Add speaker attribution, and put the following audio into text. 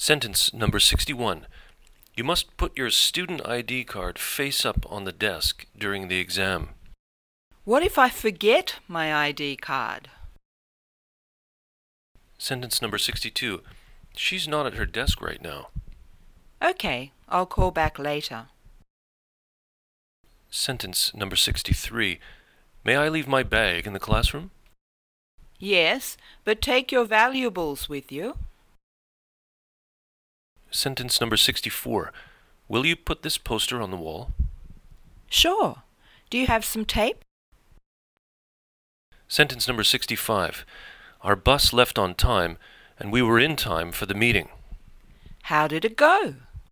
Speaker 1: Sentence number 61. You must put your student ID card face up on the desk during the exam.
Speaker 2: What if I forget my ID card?
Speaker 1: Sentence number 62. She's not at her desk right now.
Speaker 2: Okay, I'll call back later.
Speaker 1: Sentence number 63. May I leave my bag in the classroom?
Speaker 2: Yes, but take your valuables with you.
Speaker 1: Sentence number 64. Will you put this poster on the wall?
Speaker 2: Sure. Do you have some tape?
Speaker 1: Sentence number 65. Our bus left on time, and we were in time for the meeting.
Speaker 2: How did it go?